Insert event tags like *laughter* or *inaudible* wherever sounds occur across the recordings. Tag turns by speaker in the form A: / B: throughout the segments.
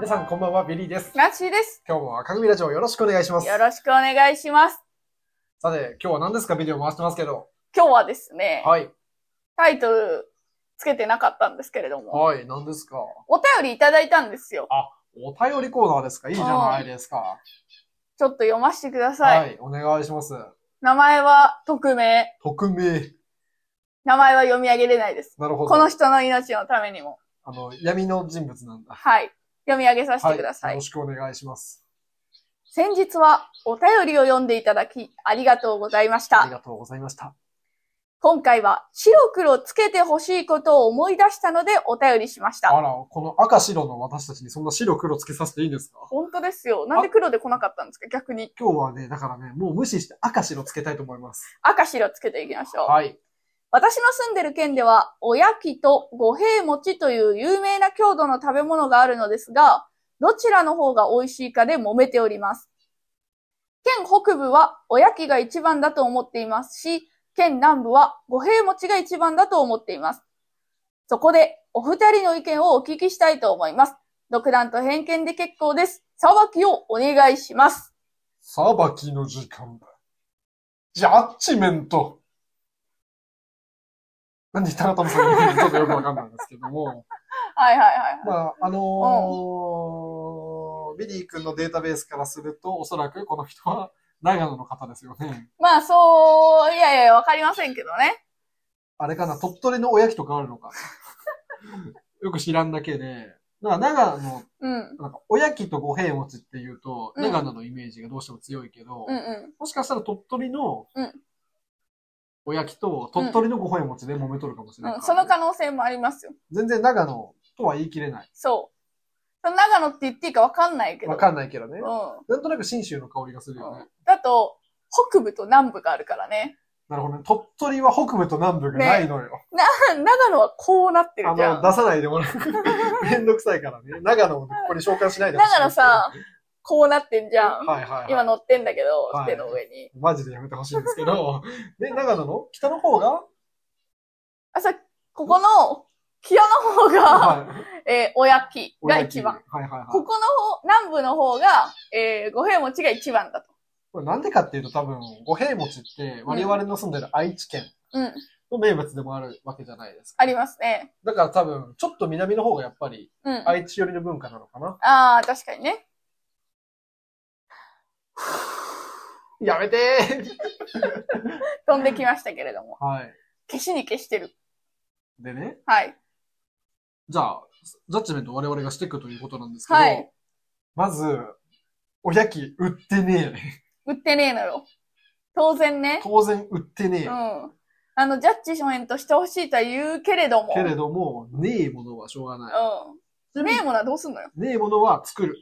A: 皆さんこんばんは、ビリーです。
B: ナッシーです。
A: 今日も赤組ラジオよろしくお願いします。
B: よろしくお願いします。
A: さて、今日は何ですかビデオ回してますけど。
B: 今日はですね、
A: はい。
B: タイトルつけてなかったんですけれども、
A: はい、何ですか
B: お便りいただいたんですよ。
A: お便りコーナーですかいいじゃないですか。
B: ちょっと読ませてください。
A: はい、お願いします。
B: 名前は匿名。
A: 匿名。
B: 名前は読み上げれないです。
A: なるほど。
B: この人の命のためにも。
A: あの、闇の人物なんだ。
B: はい。読み上げさせ
A: は
B: てください。
A: よろしくお願いします。
B: 先日はお便りを読んでいただき、ありがとうございまし
A: あり
B: た。
A: がとうございました。
B: 今回は白黒つけてほしいことを思い出したのでお便りしまし
A: あ
B: た。
A: ら、この赤白の私たちにそんな白黒つけさせていいんですか
B: 本当ですよ。なんで黒で来なかったんですか逆に。
A: 今日はね、だからね、もう無視して赤白つけたいと思います。
B: 赤白つけていきましょう。
A: はい。
B: 私の住んでる県では、おやきと五平餅という有名な郷土の食べ物があるのですが、どちらの方が美味しいかで揉めております。県北部はおやきが一番だと思っていますし、県南部は五平餅が一番だと思っています。そこで、お二人の意見をお聞きしたいと思います。独断と偏見で結構です。裁きをお願いします。
A: 裁きの時間だ。ジャッジメント。何言ったかと思ったのかちょっとよくわかんないんですけど
B: *laughs*
A: も。
B: はいはいはいはい。
A: まあ、あのー、ビリー君のデータベースからすると、おそらくこの人は長野の方ですよね。
B: まあ、そう、いやいや、わかりませんけどね。
A: あれかな、鳥取のおやきとかあるの
B: *laughs*
A: か。よく知らんだけで。なんか長野、
B: うん。
A: なんかおやきと五平餅っていうと、
B: うん
A: 長野のイメージがどうしても強いけど、
B: うんうん。
A: もしかしたら鳥取の
B: うん、
A: おやきと鳥取の五平餅で揉めとるかもしれない、
B: うん、その可能性もありますよ。
A: 全然長野とは言い切れない。
B: そう。その長野って言っていいかわかんないけど。
A: わかんないけどね。
B: う
A: なんとなく信州の香りがするよ
B: ん。う
A: ね。
B: ん。だと、北部と南部があるからね。 *laughs*
A: なるほどね。鳥取は北部と南部がないのよ。
B: 長野はこうなってる
A: あ
B: じゃ
A: の、
B: ん。
A: 出さないでもら
B: *laughs*
A: う。めんどくさいからね。長野をここに召喚しないでほしい。
B: 長野さ、こうなってんじゃん。
A: はいはい、はい。
B: 今乗ってんだけど、
A: はい
B: 手の上に。
A: マジでやめてほしいんですけど。 *laughs* で、長野の北の方が、
B: あ、さ、ここの、北の方が、
A: はい、
B: えーおやき
A: お
B: が
A: やき
B: 一番。。
A: はいはいはい。
B: ここの方、南部の方が、えー、五平餅が一番だと。
A: これなんでかっていうと多分、五平餅って我々の住んでる愛知県
B: うん。
A: の名物でもあるわけじゃないですか。
B: ありますね。
A: だから多分、ちょっと南の方がやっぱり
B: うん。
A: 愛知寄りの文化なのかな。
B: ああ、確かにね。
A: やめてー
B: 飛んできましたけれども。
A: はい。
B: 消しに消してる。
A: でね、
B: はい。
A: じゃあ、ジャッジメント我々がしていくということなんですけど、
B: はい
A: まず、おやき売ってね
B: 売ってねえのよ。当然
A: え。
B: ね。
A: 当然売ってねえ
B: うん。。あの、ジャッジメントしてほしいとは言うけれども。
A: けれども、ねえものはしょうがない。
B: うん。ねえものはどうすんのよ。
A: ねえものは作る。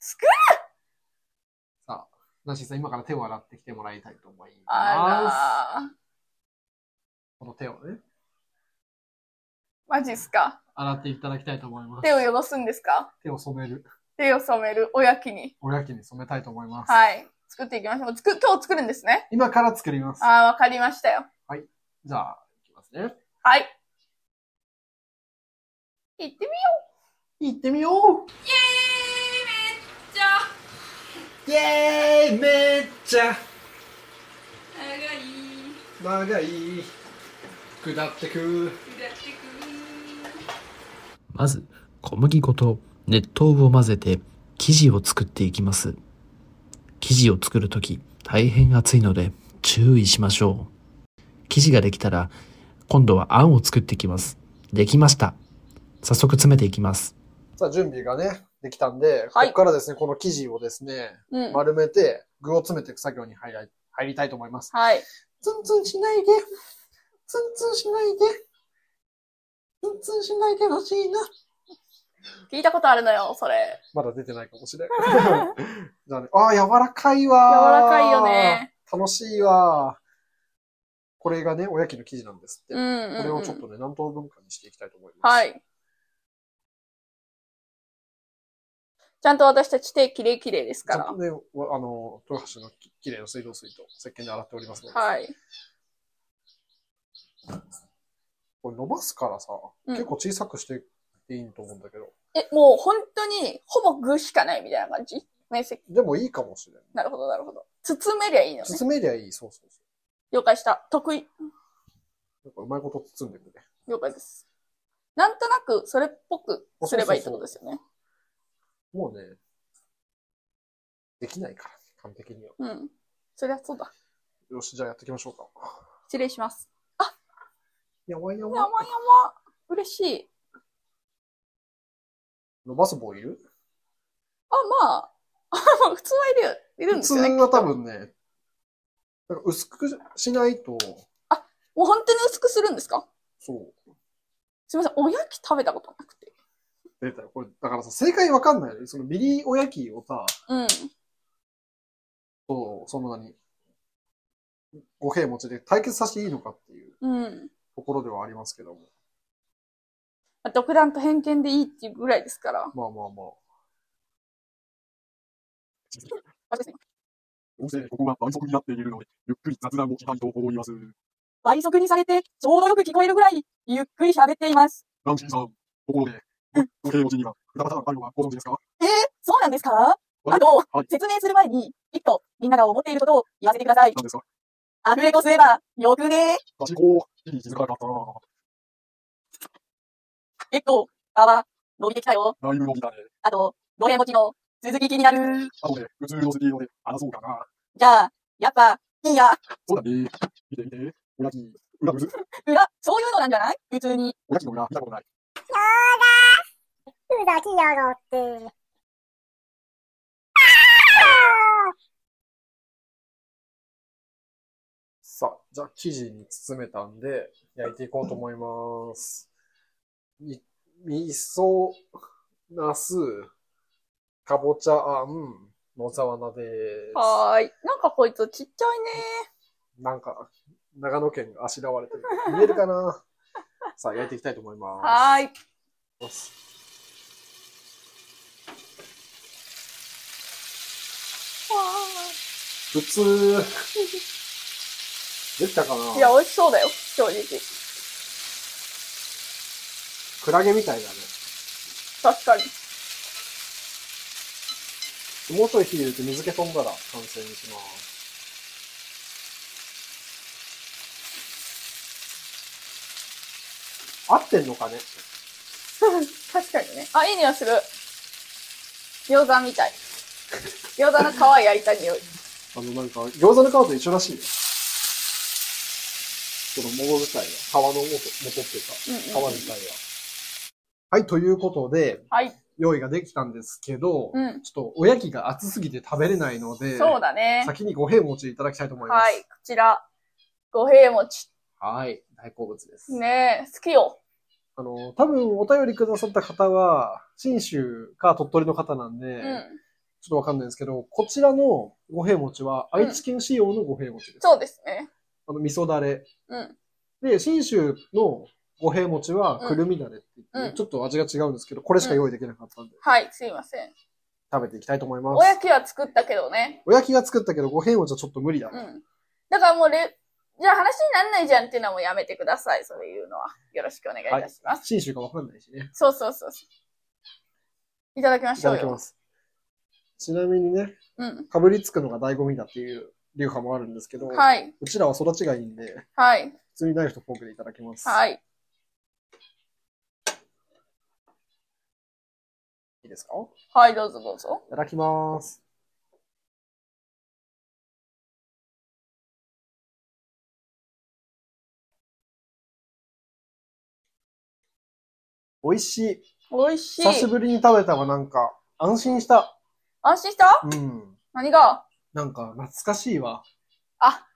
B: 作
A: るさあ、ナンシーさん今から手を洗ってきてもらいたいと思います。
B: あらー。
A: この手をね、
B: マジっすか。
A: 洗っていただきたいと思います。
B: 手を汚すんですか
A: 手を染める。
B: 手を染めるおやきに。
A: おやきに染めたいと思います。
B: はい。作っていきましょう。つく今日作るんですね。
A: 今から作ります。
B: ああ、わかりましたよ。
A: じゃあ、いきますね。
B: はい。行ってみよ
A: 行ってみよう
B: う。イエー
A: イェーイ
B: イめっちゃ
A: めっちゃ
B: 長い。
A: 長い下ってく
B: 下ってく
C: まず小麦粉と熱湯を混ぜて生地を作っていきます。生地を作るとき大変熱いので注意しましょう。生地ができたら今度はあんを作っていきます。できました。早速詰めていきます。
A: さあ準備がねできたんで、
B: はい
A: ここからですねこの生地をですね
B: うん。
A: 丸めて具を詰めていく作業に入ら入りたいと思います
B: はい。
A: ツンツンしないでツンツンしないでツンツンしないでほしいな
B: 聞いたことあるのよ、そ *laughs* れ。
A: まだ出てないかもしれんじゃあねあー柔らかい
B: 柔
A: わー
B: らかいよね。
A: 楽しいわーこれがねおやきの生地なんですって、
B: うんうん、うん。
A: これをちょっとね何等分かにしていきたいと思います
B: はい。ちゃんと私たち手きれいきれいですか
A: ちゃん
B: ら。
A: とね、わあの、豊橋のききれいな水道水と石鹸で洗っておりますので、
B: はい。
A: これ伸ばすからさ、
B: うん
A: 結構小さくしていいと思うんだけど、
B: ええ、もう本当に、ほぼ具しかないみたいな感じ面積。
A: でもいいかもしれない。
B: なるほど、なるほど。包めりゃいいのね。
A: 包めりゃいい。そうそうそ
B: 了解した。得意。
A: う。なんかうまいこと包んでくれ。
B: 了解です。なんとなく、それっぽくすればいいってことですよね。
A: もうね、できないから、完璧には。
B: うん。そりゃそうだ。
A: よし、じゃあやっていきましょうか。
B: 失礼します。
A: やばいや
B: やまや
A: ばい。
B: ま。嬉しい。
A: 伸ばす棒いる
B: あ、まあ。 *laughs* あ、普通はいるよ。いるん
A: 普
B: です
A: 通
B: よね。
A: は多分ね、なんか薄くしないと、
B: もう本当に薄くするんですか
A: そう。
B: すみません。おやき食べたことなくて。
A: 出たよ。これ、だからさ、正解わかんないよね。そのミリおやきをさ、
B: うん。
A: と、その何、五平餅で対決させていいのかっていう
B: うん。
A: ところではありますけども。
B: あ独断と偏見でいいっていうぐらいですから。
A: まあまあまあ。
B: 私ですね
D: どうせここは倍速になっているので、ゆっくり雑談をしたいと思います。
E: 倍速にされて、ちょうどよく聞こえるぐらい、ゆっくり喋っています。
D: ランシーさん、ところで、ご形容には二パターンあるのはご存知ですか
E: えー、そうなんですかあと、
D: はい
E: 説明する前に、一個、みんなが思っていることを言わせてください。
D: 何ですか
E: アフレコすれば、よくね
D: 私、こう、気づかなかったな。
E: 結構、皮、伸びてきたよ。
D: だいぶ伸びたね。
E: あと、どれ持ちの続き気になる。
D: あとで、普通のスピードで争そうかな。
E: じゃあ、やっぱ、いいや。
D: そうだね。見て見て。おやき、裏むず。
E: 裏、そういうのなんじゃない普通に。
D: おやきの裏、見たことない。
F: 裏切やがって。
A: さあ、じゃあ生地に包めたんで、焼いていこうと思います。み、味噌、ナス、かぼちゃあん、野沢菜です。
B: はーい。なんかこいつちっちゃいね。
A: なんか、長野県があしらわれてる。見えるかなさあ、焼いていきたいと思います。
B: はーい。
A: 普通、できたかない
B: や、美味しそうだよ。正直。
A: クラゲみたいだね。
B: 確かに。
A: もうちょい火入れて水気飛んだら完成にします。合ってんのかね
B: 確かにね。あ、いい匂いする。餃子みたい。餃子の皮焼いた匂い。
A: あの、なんか、餃子の皮と一緒らしいよ。その桃自体が、皮の元、元っていうか、
B: うんうん
A: 皮自体が。はい、ということで、
B: はい。
A: 用意ができたんですけど、
B: うん
A: ちょっとおやきが熱すぎて食べれないので、
B: そうだね。
A: 先に五平餅いただきたいと思います。
B: はい。こちら。五平餅。
A: はい大好物です。
B: ねえ、好きよ。
A: あの、多分お便りくださった方は、信州か鳥取の方なんで、
B: うん。
A: ちょっとわかんないんですけど、こちらの五平餅は愛知県仕様の五平餅です。
B: そうですね。
A: あの、味噌だれ。
B: うん。
A: で、信州の五平餅は
B: うん
A: くるみだれって言って、
B: うん
A: ちょっと味が違うんですけど、これしか用意できなかったんで、
B: はい、すいません。
A: 食べていきたいと思います。
B: おやきは作ったけどね。
A: おやきが作ったけど、五平餅はちょっと無理だ。
B: うん。だからもうレ、じゃあ話になんないじゃんっていうのはもうやめてください。それ言うのは。よろしくお願いいたします。
A: 信州かわかんないしね。
B: そうそうそうそう。いただきま
A: い
B: したょう
A: だき
B: よ
A: ま。す。ちなみにね、
B: うん。
A: かぶりつくのが醍醐味だっていう流派もあるんですけど、
B: はい。
A: うちらは育ちがいいんで、
B: はい。
A: 普通にナイフとフォークでいただきます。い。
B: はい。
A: いいですか
B: はい、どうぞどうぞ。
A: いただきます。美味しい。
B: 美味しい。
A: 久しぶりに食べたわ、なんか。安心した。
B: 安心した
A: うん。
B: 何が
A: なんか、懐かしいわ。
B: あ、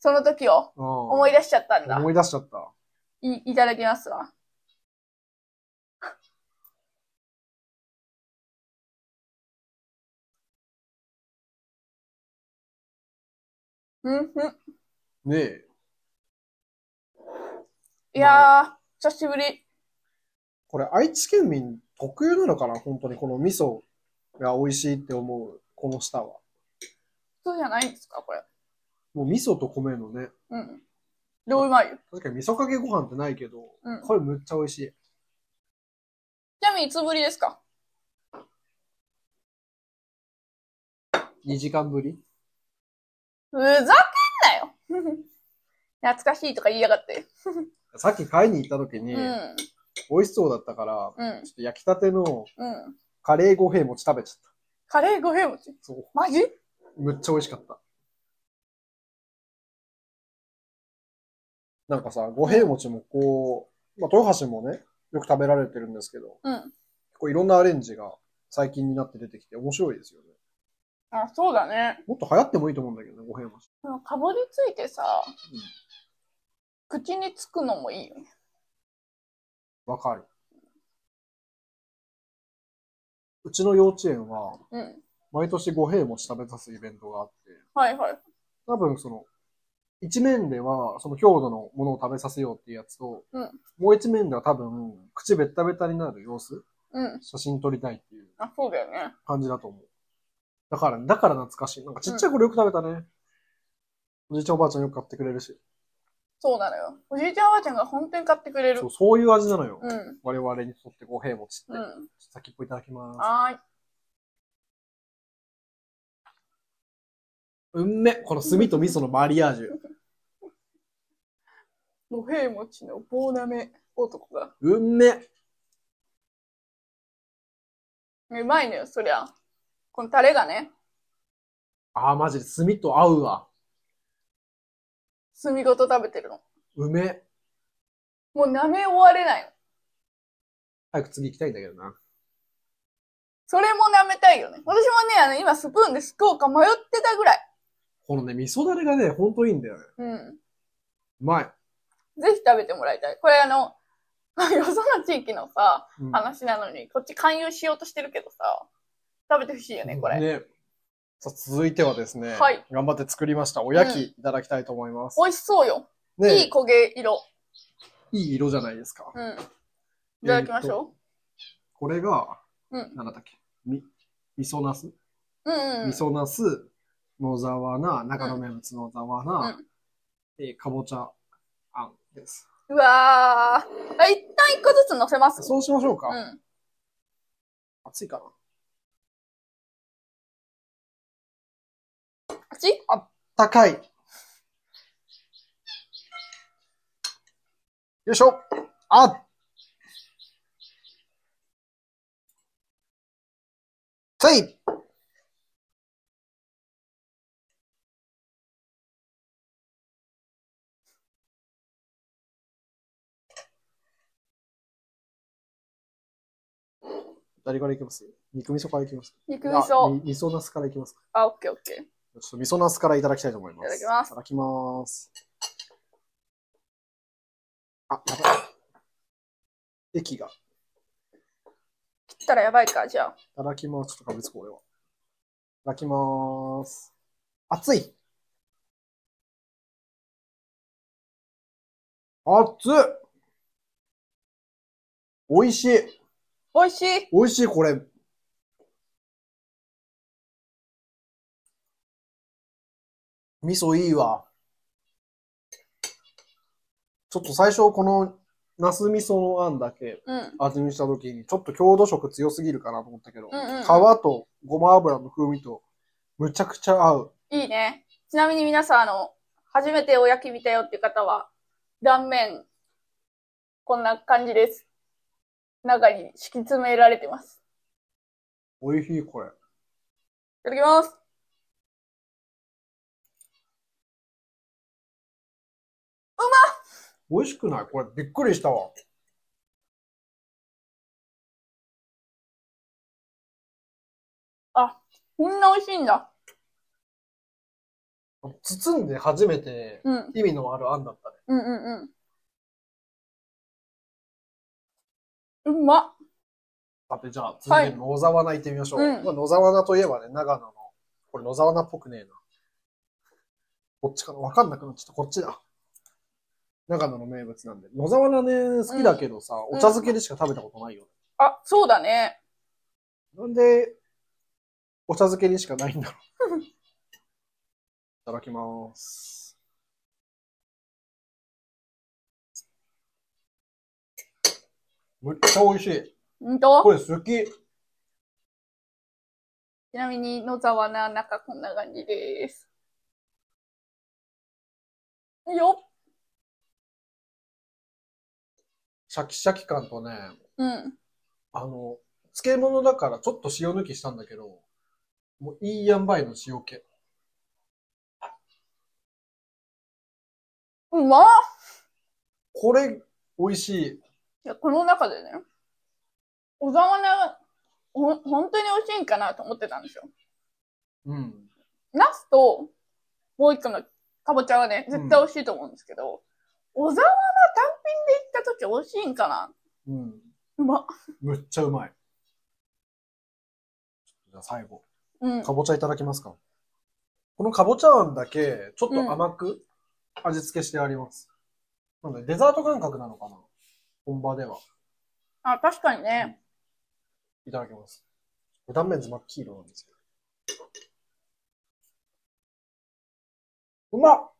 B: その時を
A: 思
B: 思い出しちゃったんだ。
A: 思い出しちゃった。
B: いいただきますわ。 *laughs* うん、うん。
A: ねえ。
B: いやー、久しぶり。
A: これ、愛知県民特有なのかな本当に、この味噌が美味しいって思う、この舌は。
B: そうじゃないんですか、これ。
A: もう味噌と米のね、
B: うん。どううまいよ。
A: 確かに味噌かけご飯ってないけど、
B: うん
A: これむっちゃ美味しい。
B: ちなみにいつぶりですか
A: 2時間ぶり
B: ふざけんなよ *laughs* 懐かしいとか言いやがって。
A: さっき買いに行った時に、
B: うん、
A: 美味しそうだったから、
B: うん
A: ちょっと焼きたての
B: うん。
A: カレー五平餅食べちゃった。
B: カレー五平餅。
A: そう。
B: マジ
A: むっちゃ美味しかった。なんかさ、五平餅もこう、まあ、豊橋もね、よく食べられてるんですけど、
B: うん。
A: こういろんなアレンジが最近になって出てきて面白いですよね。
B: あ、そうだね。
A: もっと流行ってもいいと思うんだけどね、五平餅。
B: このかぶりついてさ、口につくのもいいよね。
A: わかる。うちの幼稚園は、
B: うん。
A: 毎年五平餅食べさすイベントがあって、
B: はいはい。
A: 多分その、一面ではその郷土のものを食べさせようっていうやつと、
B: うん
A: もう一面では多分、口ベッタベタになる様子、
B: うん。
A: 写真撮りたいっていう
B: あ、そうだよね。
A: 感じだと思う。だから、だから懐かしい。なんかちっちゃい頃よく食べたね。おじいちゃんおばあちゃんよく買ってくれるし。
B: そうなのよ。おじいちゃんおばあちゃんが本当に買ってくれる
A: そう、。そういう味なのよ。
B: うん。
A: 我々にとって五平餅って。
B: う
A: ちょっ
B: ん。
A: と先っぽいただきます。
B: はーい。
A: うんめ。この炭と味噌のマリアージュ。
B: 五平餅の棒なめ男が。
A: うんめ。
B: うまいのよ、そりゃ。このタレがね、
A: あー、マジで炭と合うわ。
B: 炭ごと食べてるの。
A: うめ。
B: もう舐め終われないの。
A: 早く次行きたいんだけどな。
B: それも舐めたいよね。私もね、あの、今スプーンですくおうか迷ってたぐらい。
A: このね、味噌だれがね、ほんといいんだよね。
B: うん。
A: うまい。
B: ぜひ食べてもらいたい。これあの、 *laughs* よその地域のさ、
A: うん
B: 話なのに、こっち勧誘しようとしてるけどさ、食べてほしいよね、これ。
A: さあ、続いてはですね、
B: はい
A: 頑張って作りましたおやきいただきたいと思います。
B: 美味しそうよ。
A: ね
B: いい焦げ色。
A: いい色じゃないですか。
B: うん。いただきましょ
A: これが、
B: うん
A: なんだったっけ、み、味噌なす、
B: う。うんうん。
A: 味噌なす、野沢菜、長野名物野沢菜、えーかぼちゃあんです。
B: うわー。あ一旦一個ずつ乗せます。
A: そうしましょうか。
B: うん。
A: 熱いかな。
B: あっち
A: 高い。よいしょ。あつい誰からいきます肉味噌からいきます
B: 肉味噌。
A: あみ味噌なすからいきますか
B: あ、オッケーオッケー。
A: ちょっと味噌ナスからいただきたいと思います。
B: いただきま
A: い
B: す
A: ただきます。あ、やばい。液が。い
B: 切ったらやばいか、じゃあ。
A: ただきます。ちょっとかぶつこう、俺は。いただきます。熱い熱っ美味しい
B: 美味しい。
A: 美味しい、これ。味噌いいわ。ちょっと最初この、ナス味噌のあんだけ
B: うん。
A: 味見した時に、ちょっと郷土色強すぎるかなと思ったけど、
B: うんうんうん
A: 皮とごま油の風味と、むちゃくちゃ合う。
B: いいね。ちなみに皆さん、あの、初めておやき見たよっていう方は、断面、こんな感じです。中に敷き詰められてます。
A: 美味しい、これ。
B: いただきます。
A: 美味しくないこれ、びっくりしたわ。
B: こんな美味しいんだ。
A: 包んで初めて
B: うん。
A: 意味のあるあんだったね。
B: うんうんうん。うまっ。
A: さて、じゃあ、続いて野沢菜行ってみましょう。
B: うん
A: まあ、野沢菜といえばね、長野の、これ野沢菜っぽくねえな。こっちかなわかんなくなっちゃった。こっちだ。長野の名物なんで。野沢菜ね、好きだけどさ、
B: ん
A: お茶漬けでしか食べたことないよ。
B: あ、そうだね。
A: なんで、お茶漬けにしか *laughs* ないんだろう。いただきます。むっちゃ美味しい。
B: うんと、
A: これ好き。
B: ちなみに野沢菜の中こんな感じです。よっ。
A: シャキシャキ感とね、
B: うん。
A: あの、漬物だからちょっと塩抜きしたんだけど、もういい塩梅の塩気。
B: うまっ
A: これ、美味しい。
B: いや、この中でね、小沢菜、ほん、本当に美味しいんかなと思ってたんですよ。
A: うん。
B: ナスと、もう一個のかぼちゃはね、絶対美味しいと思うんですけど、小沢菜単品で行った時美味しいんかな
A: うん。
B: うまっ。
A: むっちゃうまい。じゃあ最後、
B: うん。
A: かぼちゃいただきますか。このかぼちゃあんだけ、ちょっと甘く味付けしてあります。なので、デザート感覚なのかな本場では。
B: あ、確かにね。
A: いただきます。断面図真っ黄色なんですよ。うまっ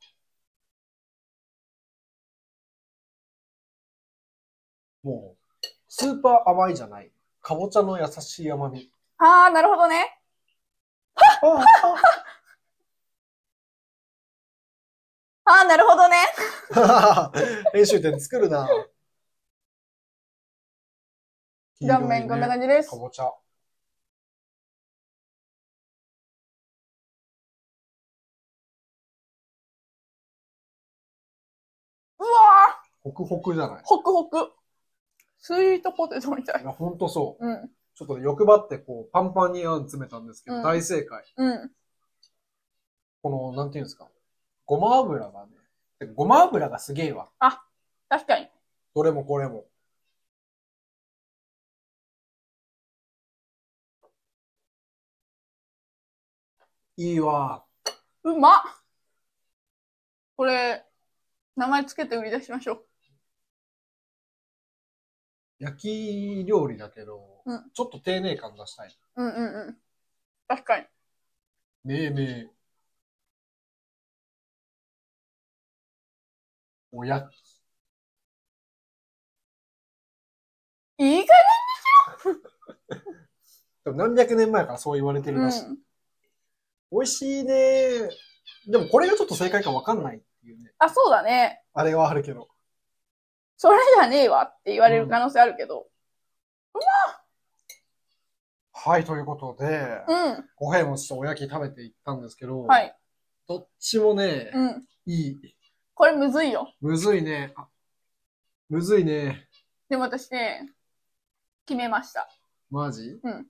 A: もう、スーパー甘いじゃない。かぼちゃの優しい甘
B: *laughs*
A: み。
B: あー、なるほどね。
A: ああ
B: あー、なるほどね。
A: あ編集点作るな。
B: 断面こんな感じです
A: か。ぼちゃ。
B: うわー、
A: ホクホクじゃない。
B: ホクホク。スイートポテトみたい
A: い。や、ほんとそう。
B: うん。
A: ちょっと欲張ってこう、パンパンにあん詰めたんですけど、
B: うん
A: 大正解。
B: うん。
A: この、なんていうんですか。ごま油がね。でごま油がすげえわ。
B: 確かに。
A: どれもこれも。いいわ。
B: うまっこれ、名前つけて売り出しましょう。
A: 焼き料理だけど、
B: うん
A: ちょっと丁寧感出したい。
B: うんうんうん。確かに。
A: 命名。おやき。
B: いい
A: でも何百年前からそう言われて
B: か
A: る
B: う
A: らしい。
B: ん。
A: 美味しいねーでもこれがちょっと正解かわかんないっていうね。
B: あ、そうだね。
A: あれはあるけど。
B: それじゃねえわって言われる可能性あるけど。
A: はい、ということで、
B: うん。
A: 五平餅とおやき食べていったんですけど、
B: はい。
A: どっちもね、
B: うん。
A: いい。
B: これむずいよ。
A: むずいね。あむずいね。
B: でも私ね、決めました。
A: マジ
B: うん。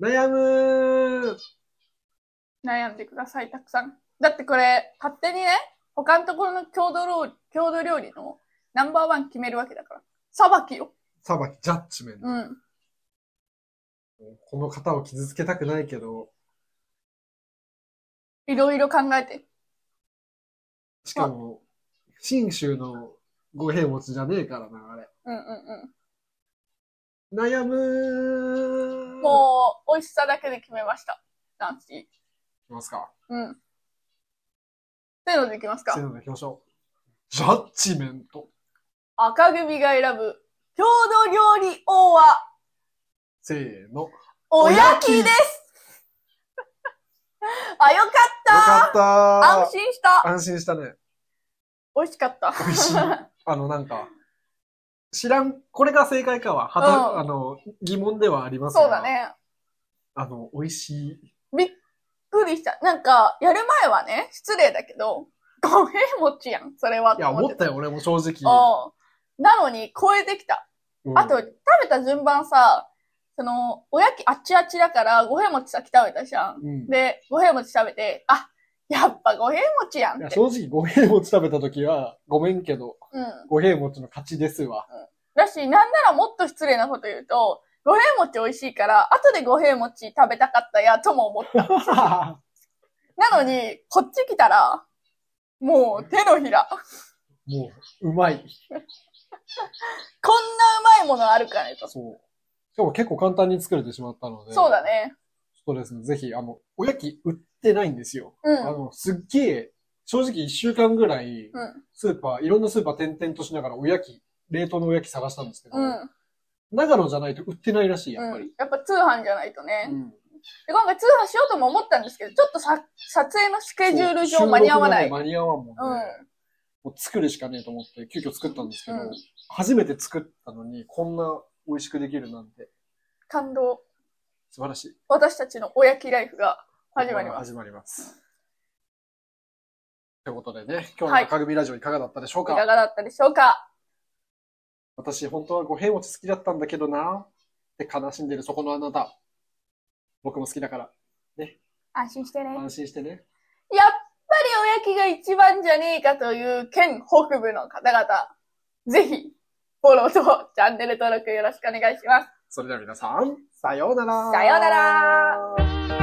A: 悩むー
B: 悩んでください、たくさん。だってこれ、勝手にね、他のところの郷土料理、郷土料理のナンバーワン決めるわけだから。裁きよ。
A: 裁き、ジャッジメント。
B: うん。
A: この方を傷つけたくないけど、
B: いろいろ考えて。
A: しかも、信州の五平餅じゃねえからな、あれ。
B: うんうんうん。
A: 悩むー
B: もう、美味しさだけで決めました。男子。
A: いきますか。
B: うん。せーのでいきます
A: せー
B: か。
A: のでいきましょう。ジャッジメント。
B: 赤組が選ぶ、郷土料理王は、
A: せーの。よ
B: おやきですあ、よかった
A: かった
B: 安心した
A: 安心したね。
B: 美味しかった。
A: 美味
B: *laughs*
A: しいあの、なんか、知らん、これが正解かは、は
B: うん
A: た、あの、疑問ではありますが
B: そうだ。ね。
A: あの、美味しい。
B: びっくりした。なんか、やる前はね、失礼だけど、ごめん餅やん、それは。
A: いや、思ったよ、俺も正直。
B: よ。うん。なのに、超えてきた。
A: うん
B: あと、食べた順番さ、その、おやきあっちあっちだから、五平餅さっき食べたじゃん。
A: うん。
B: で、五平餅食べて、あ、やっぱ五平餅や
A: い
B: んっ
A: や
B: て。
A: 正直、五平餅食べたときは、ごめんけど、
B: うん。
A: 五平餅の勝ちです
B: *laughs*
A: わ。
B: だし、なんならもっと失礼なこと言うと、五平餅美味しいから、後で五平餅食べたかったや、とも思った。なのに、こっち来たら、もう手のひら。
A: もう、うまい。
B: こんなうまいものあるかねと。
A: そう。しかも結構簡単に作れてしまったので。
B: そうだ。ね。
A: そうですね。ぜひ、あの、おやき売ってないんですよ。
B: う
A: あ
B: ん。
A: の、すっげえ、正直一週間ぐらい、
B: うん。
A: スーパー、いろんなスーパー転々としながらおやき、冷凍のおやき探したんですけど、
B: うん。
A: 長野じゃないと売ってないらしい、やっぱ
B: うん
A: り。。
B: やっぱ通販じゃないとね。
A: うん
B: で、今回通販しようとも思ったんですけど、ちょっとさ撮影のスケジュール上間に合わない。
A: そう収録がね間に合わんもんね。
B: うん
A: もう作るしかねえと思って、急遽作ったんですけど、
B: うん
A: 初めて作ったのに、こんな美味しくできるなんて、
B: 感動。
A: 素晴らしい。
B: 私たちのおやきライフが始まります。
A: 始まります。ということでね、今日の赤組ラジオいかがだったでしょう
B: い
A: か、
B: かがだったでしょうか
A: 私、本当は五平餅好きだったんだけどなって悲しんでるそこのあなた。僕も好きだから、
B: 安心してね。やっぱ
A: 安心してね。
B: りおやきが一番じゃねえかという県北部の方々、ぜひ、フォローとチャンネル登録よろしくお願いします。
A: それでは皆さん、さようなら。
B: さようなら。